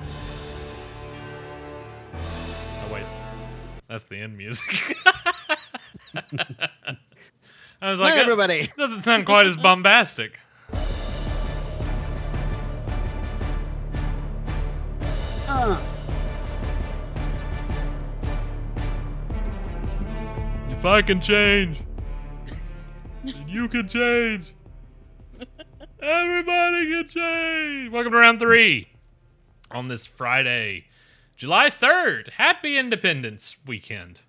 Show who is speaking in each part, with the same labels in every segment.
Speaker 1: Oh, That's the end music. I was like,
Speaker 2: Hi,
Speaker 1: "That
Speaker 2: everybody.
Speaker 1: doesn't sound quite as bombastic.
Speaker 2: Uh,
Speaker 1: If I can change, then you can change. Everybody can change. Welcome to round three on this Friday, July 3rd. Happy Independence Weekend.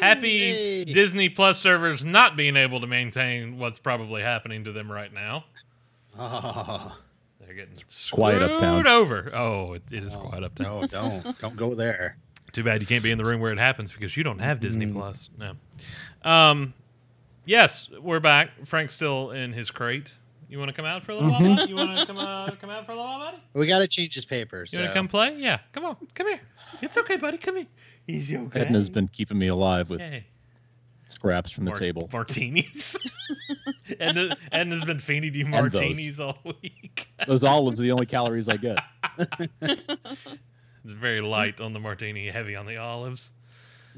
Speaker 1: Happy
Speaker 2: Yay.
Speaker 1: Disney Plus servers not being able to maintain what's probably happening to them right now.
Speaker 2: oh,
Speaker 1: They're getting
Speaker 3: quiet
Speaker 1: screwed
Speaker 3: uptown.
Speaker 1: over. Oh, it, it is
Speaker 2: Oh.
Speaker 1: quiet uptown.
Speaker 2: no, don't. Don't go there.
Speaker 1: Too bad you can't be in the room where it happens because you don't have Disney
Speaker 2: Mm-hmm.
Speaker 1: Plus. No. Um, yes, we're back. Frank's still in his crate. You want to come out for a little while? buddy? You want to come, uh, come out for a little while, buddy?
Speaker 2: We got to change his paper.
Speaker 1: You
Speaker 2: Mm-hmm. So.
Speaker 1: want to come play? Yeah, come on, come here. It's okay, buddy. Come here. He's okay.
Speaker 3: Edna's been keeping me alive with
Speaker 1: Hey.
Speaker 3: scraps from the
Speaker 1: Mar-
Speaker 3: table.
Speaker 1: Martinis. Edna, Edna's been feeding you
Speaker 3: And those.
Speaker 1: martinis all week.
Speaker 3: Those olives are the only calories I get.
Speaker 1: It's very
Speaker 2: Mm.
Speaker 1: light on the martini, heavy on the olives.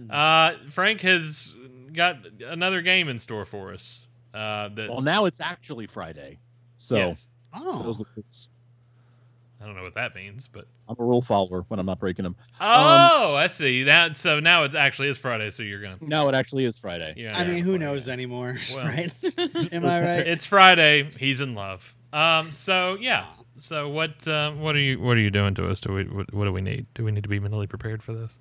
Speaker 1: Uh, Frank has got another game in store for us. Uh, that
Speaker 3: Well, now it's actually Friday, so
Speaker 1: yes.
Speaker 3: those
Speaker 2: Oh,
Speaker 3: it's-
Speaker 1: I don't know what that means, but
Speaker 3: I'm a rule follower when I'm not breaking them.
Speaker 2: Um,
Speaker 1: oh, I see. That so now it's actually is Friday, so you're gonna.
Speaker 3: No, it actually is Friday.
Speaker 1: You're
Speaker 2: I
Speaker 1: gonna
Speaker 2: mean,
Speaker 1: have
Speaker 2: who
Speaker 1: fun.
Speaker 2: knows eh? anymore,
Speaker 1: Well.
Speaker 2: right? Am I right?
Speaker 1: It's Friday. He's in love. Um. So yeah. So what? Um, what are you? What are you doing to us? Do we? What, what do we need? Do we need to be mentally prepared for this?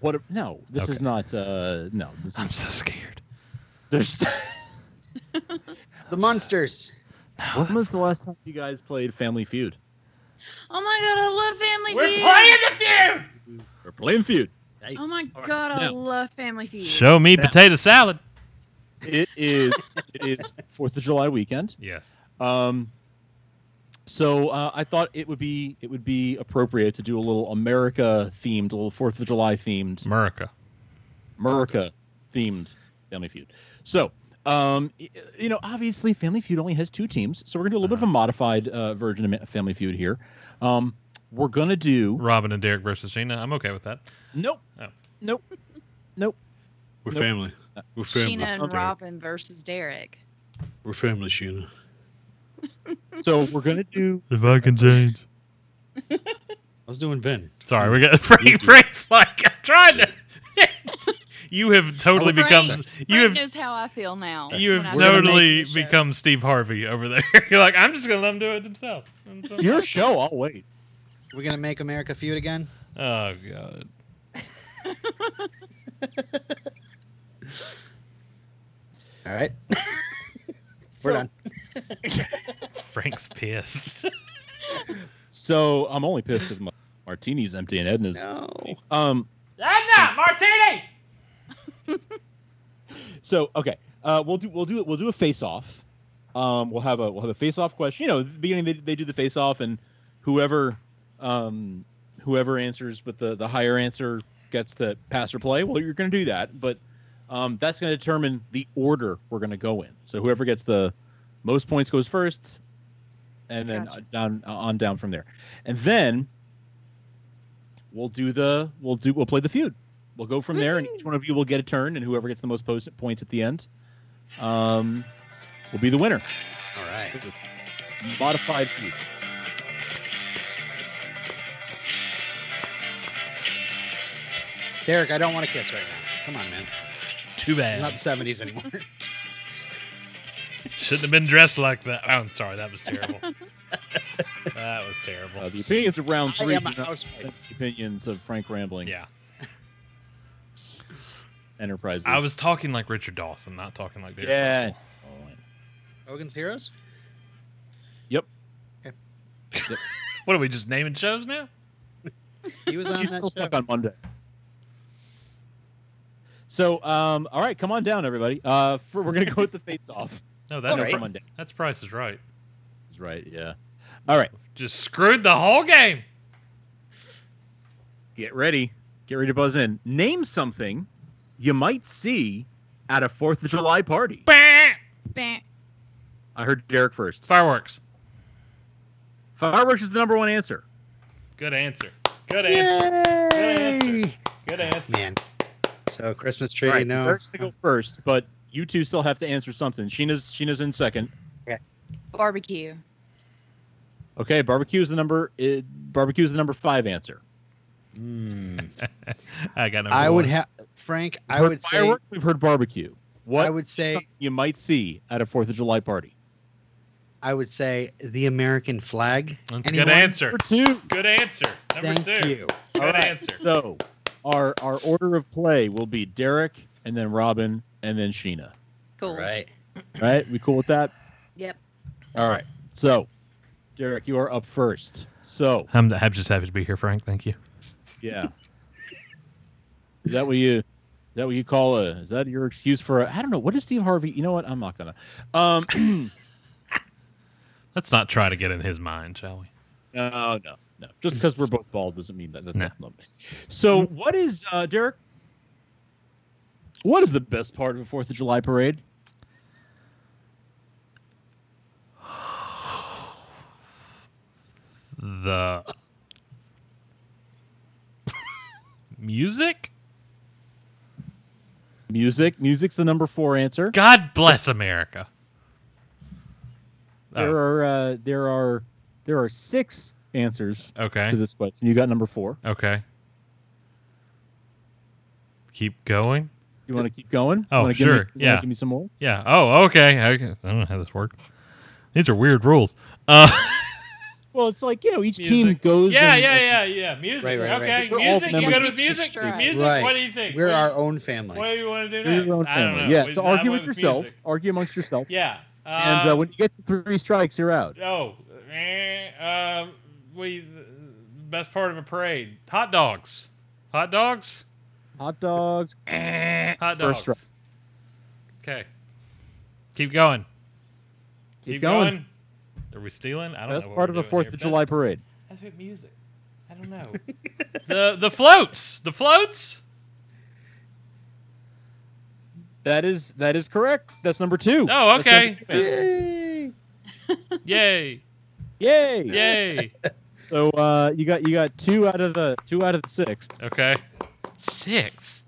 Speaker 3: What? a- No, this is
Speaker 1: Okay.
Speaker 3: not. Uh, no, this
Speaker 1: I'm
Speaker 3: is.
Speaker 1: so scared.
Speaker 3: There's,
Speaker 2: The monsters.
Speaker 3: when was the last time you guys played Family Feud?
Speaker 4: Oh my god, I love Family
Speaker 1: We're
Speaker 4: Feud.
Speaker 1: playing the feud.
Speaker 3: Or playing Feud?
Speaker 2: Nice.
Speaker 4: Oh my god, I
Speaker 3: now.
Speaker 4: love Family Feud.
Speaker 1: Show me
Speaker 3: Yeah.
Speaker 1: potato salad.
Speaker 3: It is. it is Fourth of July weekend.
Speaker 1: Yes.
Speaker 3: Um, so uh, I thought it would be it would be appropriate to do a little America themed, a little Fourth of July themed,
Speaker 1: America.
Speaker 3: America themed Family Feud. So. Um, y- you know, obviously, Family Feud only has two teams, so we're gonna do a little bit of a modified uh, version of Ma- Family Feud here. Um, we're gonna do
Speaker 1: Robin and Derek versus Sheena. I'm okay with that.
Speaker 3: nope,
Speaker 1: Oh.
Speaker 3: nope, nope.
Speaker 5: We're
Speaker 3: Nope.
Speaker 5: family. We're family.
Speaker 4: Sheena and
Speaker 3: Okay.
Speaker 4: Robin versus Derek.
Speaker 5: We're family, Sheena.
Speaker 3: So we're gonna do
Speaker 1: If I can change.
Speaker 2: I was doing Ben.
Speaker 1: Sorry, we got Frank. Frank's like I'm trying to. you have totally
Speaker 4: Frank-
Speaker 1: become. You
Speaker 4: Frank
Speaker 1: have
Speaker 4: knows how I feel now.
Speaker 1: You
Speaker 4: when
Speaker 1: have
Speaker 4: I'm done
Speaker 1: totally
Speaker 4: making this show.
Speaker 1: become Steve Harvey over there. You're like, I'm just gonna let him do it himself.
Speaker 3: your show. I'll wait.
Speaker 2: We're gonna make America feud again.
Speaker 1: oh god.
Speaker 2: All right. We're done.
Speaker 1: Frank's pissed.
Speaker 3: So I'm only pissed because my martini's empty and Edna's.
Speaker 2: No.
Speaker 3: Um.
Speaker 1: Edna, Martini.
Speaker 3: So okay, uh, we'll do we'll do we'll do a face off. Um, we'll have a we'll have a face off question. You know, at the beginning they, they do the face off, and whoever um, whoever answers with the the higher answer gets to pass or play. Well, you're going to do that, but um, that's going to determine the order we're going to go in. So whoever gets the most points goes first, and then
Speaker 4: Gotcha.
Speaker 3: uh, down uh, on down from there, and then we'll do the we'll do we'll play the feud. We'll go from there, and each one of you will get a turn, and whoever gets the most post- points at the end um, will be the winner.
Speaker 2: All right.
Speaker 3: Modified feud.
Speaker 2: Derek, I don't want to kiss right now. Come on, man.
Speaker 1: Too
Speaker 2: It's not
Speaker 1: bad.
Speaker 2: the seventies anymore.
Speaker 1: Shouldn't have been dressed like that. Oh, I'm sorry. That was terrible. that was
Speaker 3: Uh,
Speaker 1: terrible.
Speaker 3: the opinions of round
Speaker 2: I
Speaker 3: three
Speaker 2: am
Speaker 3: do
Speaker 2: a
Speaker 3: not represent
Speaker 2: housewife.
Speaker 3: the opinions of Frank Rambling
Speaker 1: Yeah,
Speaker 3: Enterprises.
Speaker 1: I was talking like Richard Dawson, not talking like Derek.
Speaker 3: Yeah.
Speaker 1: Russell.
Speaker 2: Hogan's Heroes?
Speaker 1: What are we just naming shows now?
Speaker 2: He was on
Speaker 3: He's
Speaker 2: that
Speaker 3: still
Speaker 2: show.
Speaker 3: stuck on Monday. So, um, all right, come on down, everybody. Uh, for, we're gonna go with the face off.
Speaker 1: No, that's
Speaker 2: All right.
Speaker 1: pri-
Speaker 3: Monday.
Speaker 1: that's Price is Right.
Speaker 3: That's right. Yeah. All right.
Speaker 1: Just screwed the whole game.
Speaker 3: Get ready. Get ready to buzz in. Name something you might see at a Fourth of July party.
Speaker 1: Bah!
Speaker 4: Bam.
Speaker 3: I heard Derek first.
Speaker 1: Fireworks.
Speaker 3: Fireworks is the number one answer.
Speaker 1: Good answer. Good answer. Good answer. Good answer.
Speaker 2: Man, So Christmas tree,
Speaker 3: Alright,
Speaker 2: no.
Speaker 3: Eric's gonna go first, but you two still have to answer something. Sheena's Sheena's in second.
Speaker 4: Barbecue.
Speaker 3: Okay, barbecue is the number. It, barbecue is the number five answer.
Speaker 2: Mm.
Speaker 1: I got number
Speaker 2: I would
Speaker 1: one.
Speaker 2: have Frank. I
Speaker 3: We've heard
Speaker 2: would say.
Speaker 3: fireworks, we've heard barbecue. What
Speaker 2: I would say.
Speaker 3: you might see at a Fourth of July party.
Speaker 2: I would say the American flag.
Speaker 1: That's a
Speaker 2: Anyone?
Speaker 1: good answer.
Speaker 3: Number two.
Speaker 1: Good answer. Number
Speaker 2: Thank
Speaker 1: two.
Speaker 2: you.
Speaker 1: Good
Speaker 2: All right.
Speaker 1: answer.
Speaker 3: So our our order of play will be Derek and then Robin and then Sheena.
Speaker 4: Cool.
Speaker 2: All right.
Speaker 3: All right, we cool with that?
Speaker 4: Yep.
Speaker 3: All right. So, Derek, you are up first. So
Speaker 1: I'm, I'm just happy to be here, Frank. Thank you.
Speaker 3: yeah, is that what you? Is that what you call a? Is that your excuse for? I I don't know. What is Steve Harvey? You know what? I'm not gonna. Um,
Speaker 1: Let's not try to get in his mind, shall we?
Speaker 3: No, no, no. Just because we're both bald doesn't mean that. That's
Speaker 1: No.
Speaker 3: not- So, what is uh, Derek? What is the best part of a Fourth of July parade?
Speaker 1: The music.
Speaker 3: Music. Music's the number four answer.
Speaker 1: God bless America. Oh,
Speaker 3: There are uh, there are there are six answers
Speaker 1: Oh,
Speaker 3: to
Speaker 1: okay.
Speaker 3: this question. You got number four.
Speaker 1: Okay. Keep going.
Speaker 3: You want to keep going?
Speaker 1: Oh,
Speaker 3: You wanna give
Speaker 1: sure,
Speaker 3: Me, you wanna
Speaker 1: yeah.
Speaker 3: Give me some more.
Speaker 1: Yeah. Oh, okay. okay. I don't know how this works. These are weird rules. Uh,
Speaker 3: Well, it's like you know, each team
Speaker 1: Music.
Speaker 3: goes.
Speaker 1: yeah,
Speaker 3: and-
Speaker 1: yeah, yeah, yeah. Music.
Speaker 2: Right, right, right.
Speaker 1: okay.
Speaker 3: We're all
Speaker 1: Music. You
Speaker 3: members.
Speaker 1: good with music?
Speaker 4: Right.
Speaker 1: Music.
Speaker 2: Right.
Speaker 1: What do you think?
Speaker 2: We're
Speaker 1: what,
Speaker 2: our own family.
Speaker 1: What do you want to do
Speaker 3: You're
Speaker 1: next?
Speaker 3: your own
Speaker 1: I don't know.
Speaker 3: family. Yeah,
Speaker 1: Is-
Speaker 3: so
Speaker 1: I
Speaker 3: argue
Speaker 1: went
Speaker 3: with yourself.
Speaker 1: music.
Speaker 3: Argue amongst yourself.
Speaker 1: Yeah. Uh,
Speaker 3: And uh, when you get to three strikes, you're out.
Speaker 1: oh, eh, uh, we the best part of a parade: hot dogs. Hot dogs.
Speaker 3: Hot dogs.
Speaker 1: Hot dogs.
Speaker 3: First
Speaker 1: Okay. Keep going.
Speaker 3: Keep going.
Speaker 1: Are we stealing? I don't
Speaker 3: That's
Speaker 1: know. what
Speaker 3: part
Speaker 1: we're
Speaker 3: of a
Speaker 1: doing
Speaker 3: Fourth
Speaker 1: here.
Speaker 3: of
Speaker 1: Best-
Speaker 3: July parade.
Speaker 1: That's with music. I don't know. the the floats. The floats.
Speaker 3: That is that is correct. That's number two.
Speaker 1: Oh,
Speaker 3: That's number
Speaker 1: okay.
Speaker 3: two answer.
Speaker 1: Yay!
Speaker 3: Yay!
Speaker 1: Yay!
Speaker 3: So uh, you got you got two out of the two out of the six.
Speaker 1: Okay. Six.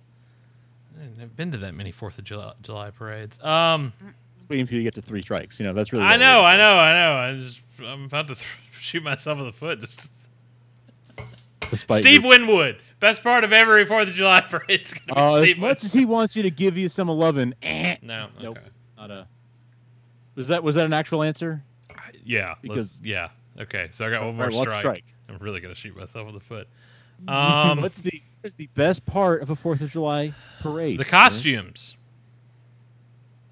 Speaker 1: I've been to that many Fourth of July, July parades. Um,
Speaker 3: Waiting for you to get to three strikes. You know that's really.
Speaker 1: I
Speaker 3: what
Speaker 1: know,
Speaker 3: we're-
Speaker 1: I know, I know. I just I'm about to th- shoot myself in the foot. Just
Speaker 3: Despite
Speaker 1: Steve
Speaker 3: your-
Speaker 1: Winwood. Best part of every Fourth of July parade is gonna be
Speaker 3: Oh, as
Speaker 1: Steve
Speaker 3: much
Speaker 1: Winwood.
Speaker 3: as he wants you to give you some eleven, eh,
Speaker 1: No. Okay.
Speaker 3: Nope. not a. Was that was that an actual answer?
Speaker 1: Yeah.
Speaker 3: Because-
Speaker 1: Let's, yeah. Okay. So I got one more
Speaker 3: Alright, well,
Speaker 1: strike.
Speaker 3: let's
Speaker 1: I'm really gonna shoot myself in the foot. Um,
Speaker 3: what's the what's the best part of a Fourth of July parade?
Speaker 1: the
Speaker 3: Derek?
Speaker 1: costumes.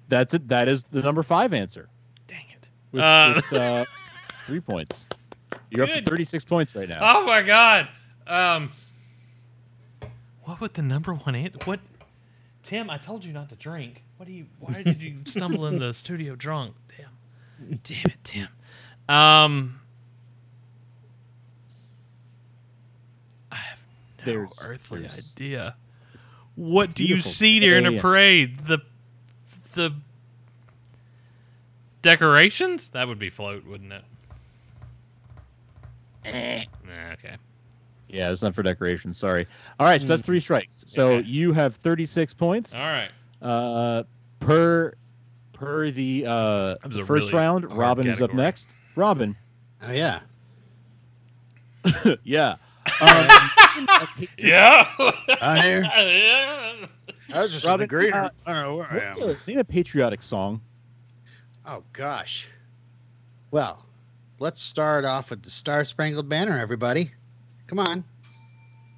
Speaker 3: That's it. That is the number five answer.
Speaker 1: Dang it.
Speaker 3: With,
Speaker 1: Uh,
Speaker 3: with, uh, three points. You're up
Speaker 1: Good.
Speaker 3: to thirty-six points right now.
Speaker 1: Oh my god. Um What would the number one answer what Tim, I told you not to drink. What do you why did you stumble in the studio drunk? Damn. Damn it, Tim. Um I have no
Speaker 3: There's-
Speaker 1: earthly
Speaker 3: there's-
Speaker 1: idea. What do you
Speaker 3: Beautiful
Speaker 1: see during
Speaker 3: day.
Speaker 1: a parade? The the decorations? That would be float, wouldn't it?
Speaker 2: Eh.
Speaker 1: Nah, okay.
Speaker 3: Yeah, it's not for decoration. Sorry. All right, so that's three strikes.
Speaker 1: Hmm.
Speaker 3: So
Speaker 1: Okay.
Speaker 3: you have thirty-six points.
Speaker 1: All right.
Speaker 3: Uh, per per the uh,
Speaker 1: That was
Speaker 3: the
Speaker 1: a
Speaker 3: first
Speaker 1: really
Speaker 3: round,
Speaker 1: hard
Speaker 3: Robin is up
Speaker 1: category.
Speaker 3: next. Robin.
Speaker 2: Oh yeah.
Speaker 3: yeah. Um,
Speaker 1: Yeah.
Speaker 2: Out here.
Speaker 1: yeah.
Speaker 5: I was just
Speaker 3: in Robin, the greater- uh,
Speaker 5: I don't know where
Speaker 3: what's a, name a patriotic song.
Speaker 2: Oh gosh. Well, let's start off with the Star Spangled Banner, everybody. Come on.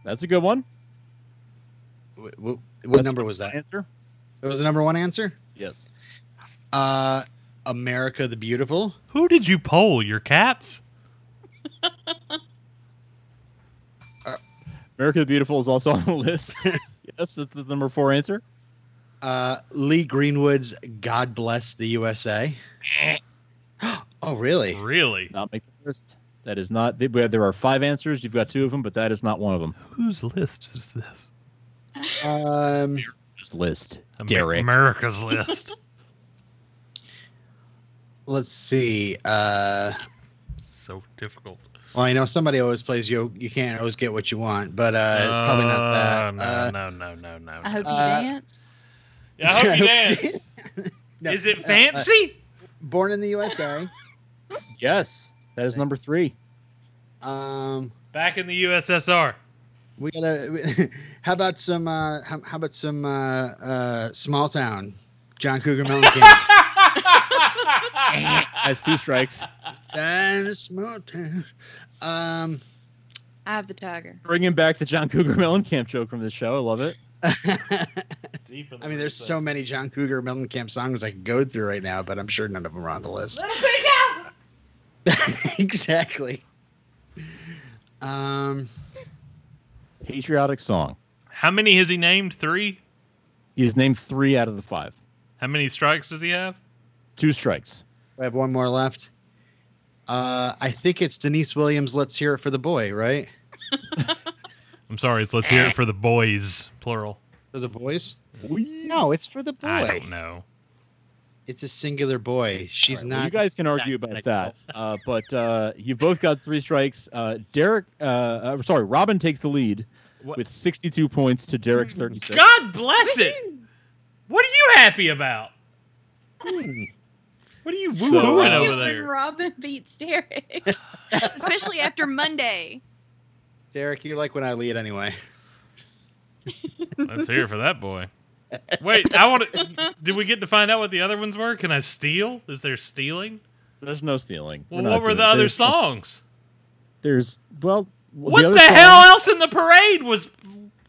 Speaker 3: That's a good one.
Speaker 2: What, what,
Speaker 3: That's-
Speaker 2: number was
Speaker 1: Uh,
Speaker 2: that?
Speaker 3: Answer.
Speaker 2: That was the number one answer.
Speaker 3: Yes.
Speaker 2: Uh, America the Beautiful.
Speaker 1: Who did you poll? Your cats?
Speaker 3: America the Beautiful is also on the list. yes, that's the number four answer.
Speaker 2: Uh, Lee Greenwood's "God Bless the USA." oh really?
Speaker 1: Really?
Speaker 3: Not make the list. That is not. There there are five answers. You've got two of them, but that is not one of them.
Speaker 1: Whose list is this?
Speaker 2: Um,
Speaker 3: This list.
Speaker 1: Amer-
Speaker 3: Derek.
Speaker 1: America's list.
Speaker 2: let's see. Uh,
Speaker 1: so difficult.
Speaker 2: Well, I know somebody always plays you. You can't always get what you want, but uh, it's probably not
Speaker 1: Uh,
Speaker 2: that.
Speaker 1: No,
Speaker 2: uh,
Speaker 1: no, no, no, no.
Speaker 4: I hope you
Speaker 2: Uh,
Speaker 4: dance.
Speaker 1: Yeah, I hope you
Speaker 2: I hope-
Speaker 1: dance.
Speaker 2: no,
Speaker 1: Is it
Speaker 2: uh,
Speaker 1: fancy?
Speaker 2: uh, born in the USA.
Speaker 3: Yes, that is number three.
Speaker 2: Um,
Speaker 1: Back in the USSR.
Speaker 2: we gotta. How about some? Uh, how, how about some uh, uh, small town? John Cougar Mellencamp.
Speaker 3: That's two strikes.
Speaker 2: Down in small town. Um,
Speaker 4: I have the tiger.
Speaker 3: Bringing back the John Cougar Mellencamp joke from the show. I love it.
Speaker 1: Deep in the
Speaker 2: I mean, there's
Speaker 1: recess.
Speaker 2: so many John Cougar Mellencamp songs I could go through right now, but I'm sure none of them are on the list.
Speaker 1: Little pig house.
Speaker 2: exactly. Um,
Speaker 3: Patriotic song.
Speaker 1: How many has he named? Three.
Speaker 3: He has named three out of the five.
Speaker 1: How many strikes does he have?
Speaker 3: Two strikes.
Speaker 2: I have one more left. Uh, I think it's Denise Williams. Let's hear it for the boy, right?
Speaker 1: I'm sorry. It's let's hear it for the boys, plural.
Speaker 2: For the boys?
Speaker 3: No,
Speaker 2: No, it's for the boy.
Speaker 1: I don't know.
Speaker 2: It's a singular boy. She's
Speaker 3: All right,
Speaker 2: not.
Speaker 3: well, you guys can argue about that, uh, but uh, you both got three strikes. Uh, Derek, uh, uh, sorry, Robin takes the lead
Speaker 1: What- Mm,
Speaker 3: with 62 points to Derek's 36.
Speaker 1: God bless it. What are you happy about?
Speaker 2: Hmm.
Speaker 1: What are you
Speaker 3: So,
Speaker 1: woo hooing
Speaker 3: uh,
Speaker 1: over
Speaker 4: When
Speaker 1: there?
Speaker 4: Robin beats Derek, especially after Monday.
Speaker 2: Derek, you like when I lead anyway.
Speaker 1: Let's hear it for that boy. Wait, I want to. Did we get to find out what the other ones were? Can I steal? Is there stealing?
Speaker 3: There's no stealing.
Speaker 1: Well,
Speaker 3: not
Speaker 1: what were
Speaker 3: doing
Speaker 1: the
Speaker 3: it.
Speaker 1: other
Speaker 3: there's,
Speaker 1: songs?
Speaker 3: There's well.
Speaker 1: What the,
Speaker 3: other
Speaker 1: hell
Speaker 3: songs-
Speaker 1: else in the parade was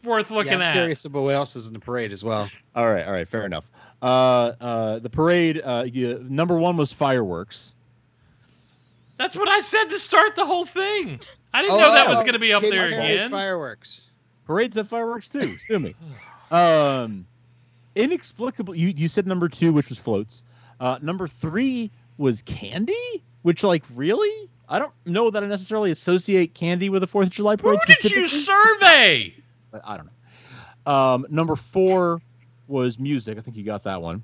Speaker 1: worth
Speaker 2: Yeah,
Speaker 1: looking
Speaker 2: I'm
Speaker 1: at?
Speaker 2: curious about what else is in the parade as well.
Speaker 3: All right, all right, fair enough. Uh, uh, the parade. Uh, you, number one was fireworks.
Speaker 1: That's what I said to start the whole thing. I didn't
Speaker 2: Oh,
Speaker 1: know that
Speaker 2: oh,
Speaker 1: was going to be up
Speaker 2: Kid
Speaker 1: there
Speaker 2: Parade
Speaker 1: again.
Speaker 2: Fireworks.
Speaker 3: Parades have fireworks too. Sue me. Um, inexplicable. You you said number two, which was floats. Uh, number three was candy, which like really, I don't know that I necessarily associate candy with the Fourth of July
Speaker 1: Who
Speaker 3: parade
Speaker 1: did you
Speaker 3: specifically.
Speaker 1: survey?
Speaker 3: but I don't know. Um, number four was music. I think you got that one.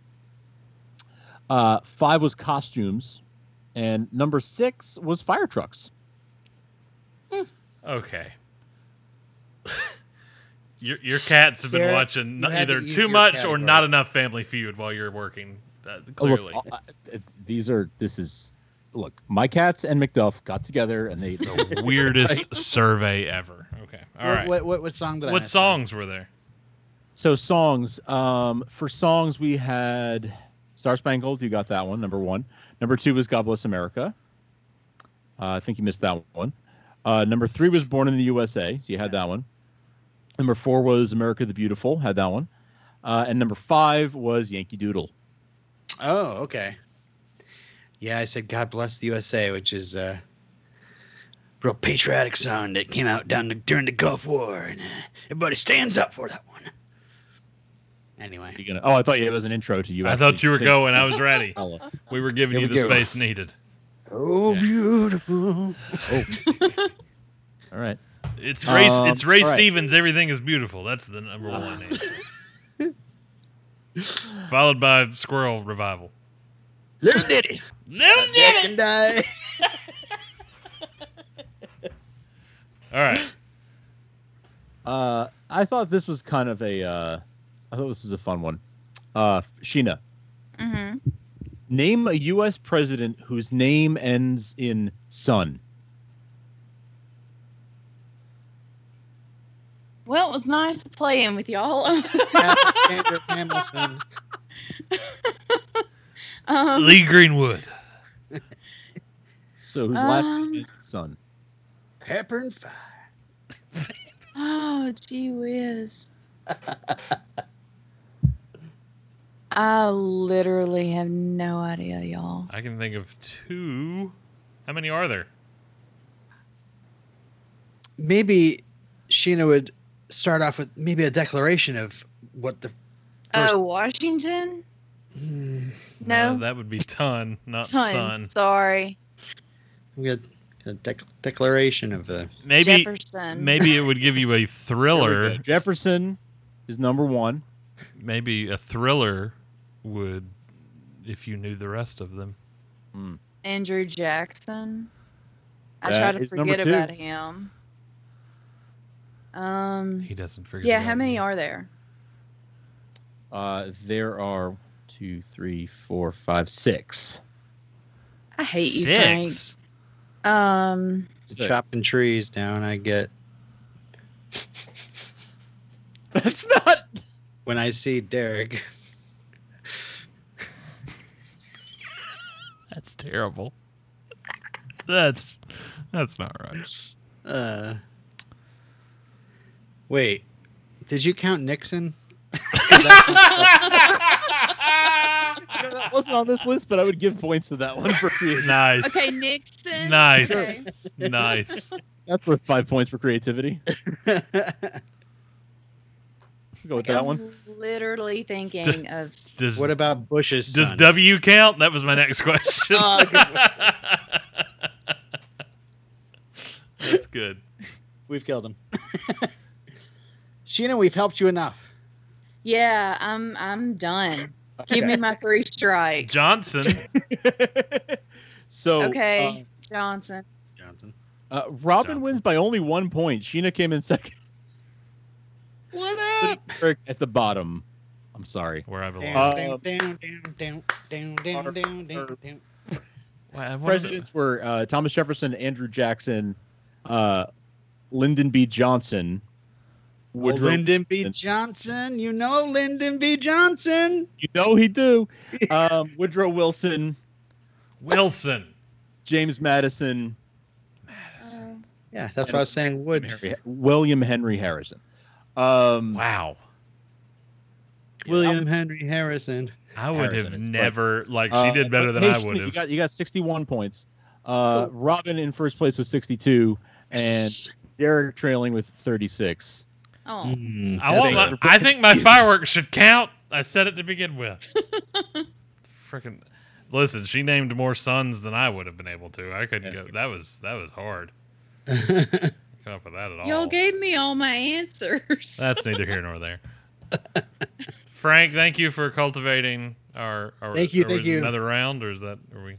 Speaker 3: Uh, five was costumes, and number six was fire trucks.
Speaker 1: Okay. your your cats have been
Speaker 2: Derek,
Speaker 1: watching
Speaker 2: you
Speaker 1: n-
Speaker 2: had to
Speaker 1: either
Speaker 2: use
Speaker 1: too
Speaker 2: your
Speaker 1: much
Speaker 2: category.
Speaker 1: or not enough Family Feud while you're working. Uh,
Speaker 3: Oh, look,
Speaker 1: clearly,
Speaker 3: I- I- these are this is look. My cats and McDuff got together and they.
Speaker 1: the weirdest survey ever. Okay, all
Speaker 2: what,
Speaker 1: right.
Speaker 2: what, what, what song did I
Speaker 1: what
Speaker 2: miss?
Speaker 1: songs were there?
Speaker 3: so songs. Um, for songs we had Star Spangled. You got that one. Number one. Number two was God Bless America. Uh, I think you missed that one. Uh, number three was Born in the USA. So you had that one. Number four was America the Beautiful. Had that one. Uh, and number five was Yankee Doodle.
Speaker 2: Oh, okay. Yeah, I said God Bless the USA, which is a real patriotic song that came out down the, during the Gulf War, and uh, everybody stands up for that one. Anyway,
Speaker 3: You gonna? Oh, I thought it was an intro to you.
Speaker 1: I thought
Speaker 3: actually
Speaker 1: you were
Speaker 3: sing-
Speaker 1: going.
Speaker 3: sing-
Speaker 1: I was ready.
Speaker 3: Oh,
Speaker 1: We were giving
Speaker 2: Here
Speaker 1: you
Speaker 2: we
Speaker 1: the
Speaker 2: go.
Speaker 1: space needed.
Speaker 2: oh
Speaker 3: Yeah.
Speaker 2: beautiful.
Speaker 3: all right.
Speaker 1: It's Ray.
Speaker 3: Um,
Speaker 1: it's Ray
Speaker 3: all right.
Speaker 1: Stevens. Everything is beautiful. That's the number
Speaker 3: Ah.
Speaker 1: one answer. Followed by Squirrel Revival.
Speaker 2: Little Diddy.
Speaker 1: Little
Speaker 2: Jack and I.
Speaker 1: All right.
Speaker 3: Uh, I thought this was kind of a. Uh, I thought this was a fun one. Uh, Sheena,
Speaker 4: Mm-hmm.
Speaker 3: name a U.S. president whose name ends in son.
Speaker 4: Well, it was nice playing with y'all.
Speaker 2: Alexander Hamilton.
Speaker 4: um,
Speaker 1: Lee Greenwood.
Speaker 3: So whose last
Speaker 4: Um.
Speaker 3: name is son.
Speaker 2: Pepper and Fire.
Speaker 4: oh, gee whiz. I literally have no idea, y'all.
Speaker 1: I can think of two. How many are there?
Speaker 2: Maybe Sheena would start off with maybe a declaration of what the. First-
Speaker 4: Oh, Washington?
Speaker 2: Hmm,
Speaker 4: No.
Speaker 1: Uh, that would be ton, not
Speaker 4: Son.
Speaker 1: son.
Speaker 4: Sorry.
Speaker 2: I'm gonna- a dec- declaration of uh,
Speaker 1: Maybe
Speaker 4: Jefferson.
Speaker 1: maybe it would give you a
Speaker 3: There we
Speaker 1: thriller.
Speaker 3: go. Jefferson is number one.
Speaker 1: Maybe a thriller would if you knew the rest of them.
Speaker 4: Andrew Jackson. I
Speaker 3: That
Speaker 4: try to
Speaker 3: is number
Speaker 4: forget
Speaker 3: two.
Speaker 4: about him. Um.
Speaker 1: He doesn't forget.
Speaker 4: Yeah.
Speaker 1: about
Speaker 4: How many
Speaker 1: it.
Speaker 4: are there?
Speaker 3: Uh, there are two, three, four, five, six.
Speaker 4: I hate you, Frank.
Speaker 1: Six.
Speaker 4: Um.
Speaker 2: The
Speaker 3: Six.
Speaker 2: chopping trees down. I get
Speaker 3: That's not.
Speaker 2: when I see Derek.
Speaker 1: That's terrible. That's that's not right.
Speaker 2: Uh, wait, did you count Nixon?
Speaker 3: That wasn't on this list, but I would give points to that one for creativity.
Speaker 1: nice.
Speaker 4: Okay, Nixon.
Speaker 1: Nice.
Speaker 4: Okay.
Speaker 1: Nice.
Speaker 3: That's worth five points for creativity.
Speaker 2: what
Speaker 3: Go with
Speaker 4: Like,
Speaker 3: that
Speaker 4: I'm
Speaker 3: one.
Speaker 4: Literally thinking of
Speaker 1: Does
Speaker 2: about Bush's
Speaker 1: does
Speaker 2: son?
Speaker 1: W count? That was my next question.
Speaker 4: Uh,
Speaker 2: Oh,
Speaker 1: That's good.
Speaker 2: We've killed him. Sheena, we've helped you enough.
Speaker 4: yeah. I'm I'm done. Give me my three strikes,
Speaker 1: Johnson.
Speaker 3: so
Speaker 4: Okay. Johnson.
Speaker 2: Johnson.
Speaker 3: uh, uh, Robin
Speaker 1: Johnson.
Speaker 3: wins by only one point. Sheena came in second.
Speaker 2: What up?
Speaker 3: Eric at the bottom. I'm sorry.
Speaker 1: Where I belong.
Speaker 3: Uh,
Speaker 2: Down, down, down, down, down, down, down, down, down.
Speaker 1: Why, I wanted to-
Speaker 3: Presidents were uh, Thomas Jefferson, Andrew Jackson, uh, Lyndon B. Johnson,
Speaker 2: Oh,
Speaker 3: Woodrow.
Speaker 2: Lyndon B.
Speaker 3: Wilson.
Speaker 2: Johnson. You know Lyndon B. Johnson.
Speaker 3: You know he do. Um, Woodrow Wilson,
Speaker 1: Wilson.
Speaker 3: James Madison,
Speaker 4: Uh,
Speaker 2: Yeah, that's what I was saying. Wood.
Speaker 3: Henry- William Henry Harrison. Um,
Speaker 1: Wow.
Speaker 2: William Henry Harrison.
Speaker 1: I would have
Speaker 3: Harrison, it's
Speaker 1: never like she
Speaker 3: uh,
Speaker 1: did better
Speaker 3: but
Speaker 1: than I
Speaker 3: hey,
Speaker 1: would
Speaker 3: You
Speaker 1: have.
Speaker 3: got, you got 61 points.
Speaker 2: Oh.
Speaker 3: Uh, Robin in first place with 62, and Derek trailing with 36.
Speaker 4: oh.
Speaker 2: Mm,
Speaker 1: I want.
Speaker 2: that's
Speaker 1: My, I think my fireworks should count. I said it to begin with. Freaking. Listen, she named more sons than I would have been able to. I couldn't go. That was that was hard.
Speaker 2: it.
Speaker 1: Come up with that at all.
Speaker 4: Y'all gave me all my answers.
Speaker 1: That's neither here nor there. Frank, thank you for cultivating our. our
Speaker 2: Thank you,
Speaker 1: or
Speaker 2: thank
Speaker 1: was it
Speaker 2: you.
Speaker 1: Another round, or is that? Are we?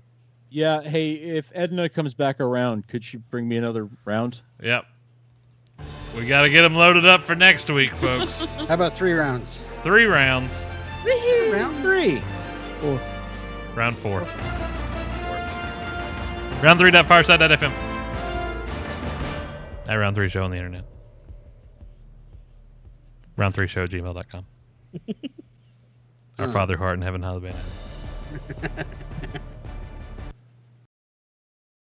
Speaker 3: Yeah, hey, if Edna comes back around, could she bring me another round?
Speaker 1: Yep. We got to get them loaded up for next week, folks.
Speaker 2: How about three rounds?
Speaker 1: Three rounds.
Speaker 4: Woohoo.
Speaker 2: Round three.
Speaker 1: Round four. Round three. dot Fireside. dot FM. At round three show on the internet. Round three show at gmail.com. Our
Speaker 2: Uh.
Speaker 1: Father who art in heaven, hallowed be thy name.